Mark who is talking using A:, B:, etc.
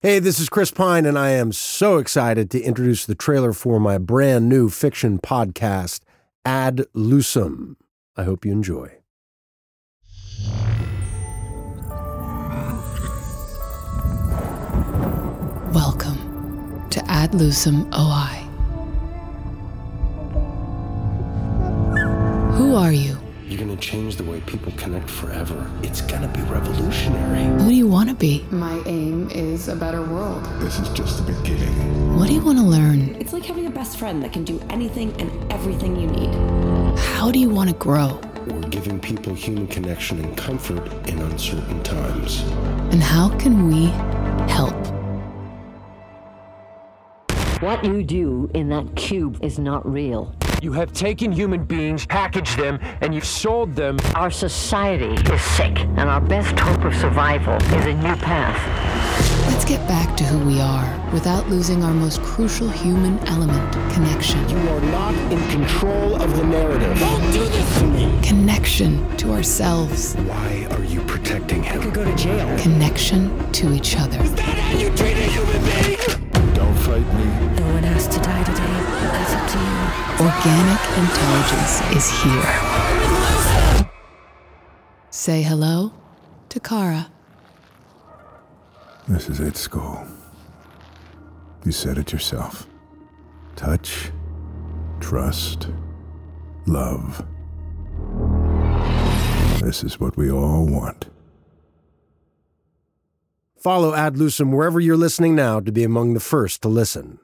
A: Hey, this is Chris Pine, and I am so excited to introduce the trailer for my brand new fiction podcast, Ad Lucem. I hope you enjoy.
B: Welcome to Ad Lucem OI. Who are you?
C: You're gonna change the way people connect forever. It's gonna be revolutionary.
B: Who do you want to be?
D: My aim is a better world.
E: This is just the beginning.
B: What do you want to learn?
F: It's like having a best friend that can do anything and everything you need.
B: How do you want to grow?
C: We're giving people human connection and comfort in uncertain times.
B: And how can we help?
G: What you do in that cube is not real.
H: You have taken human beings, packaged them, and you've sold them.
G: Our society is sick, and our best hope of survival is a new path.
B: Let's get back to who we are without losing our most crucial human element connection.
C: You are not in control of the narrative. Don't do this to me!
B: Connection to ourselves,
C: Why are you protecting him?
G: Go to jail.
B: connection to each other.
E: Don't fight me.
F: No one has to die today. That's up to you.
B: Organic intelligence is here. Say hello to Kara.
E: This is it, Skull. You said it yourself. Touch, trust, love. This is what we all want.
A: Follow Ad Lucem wherever you're listening now to be among the first to listen.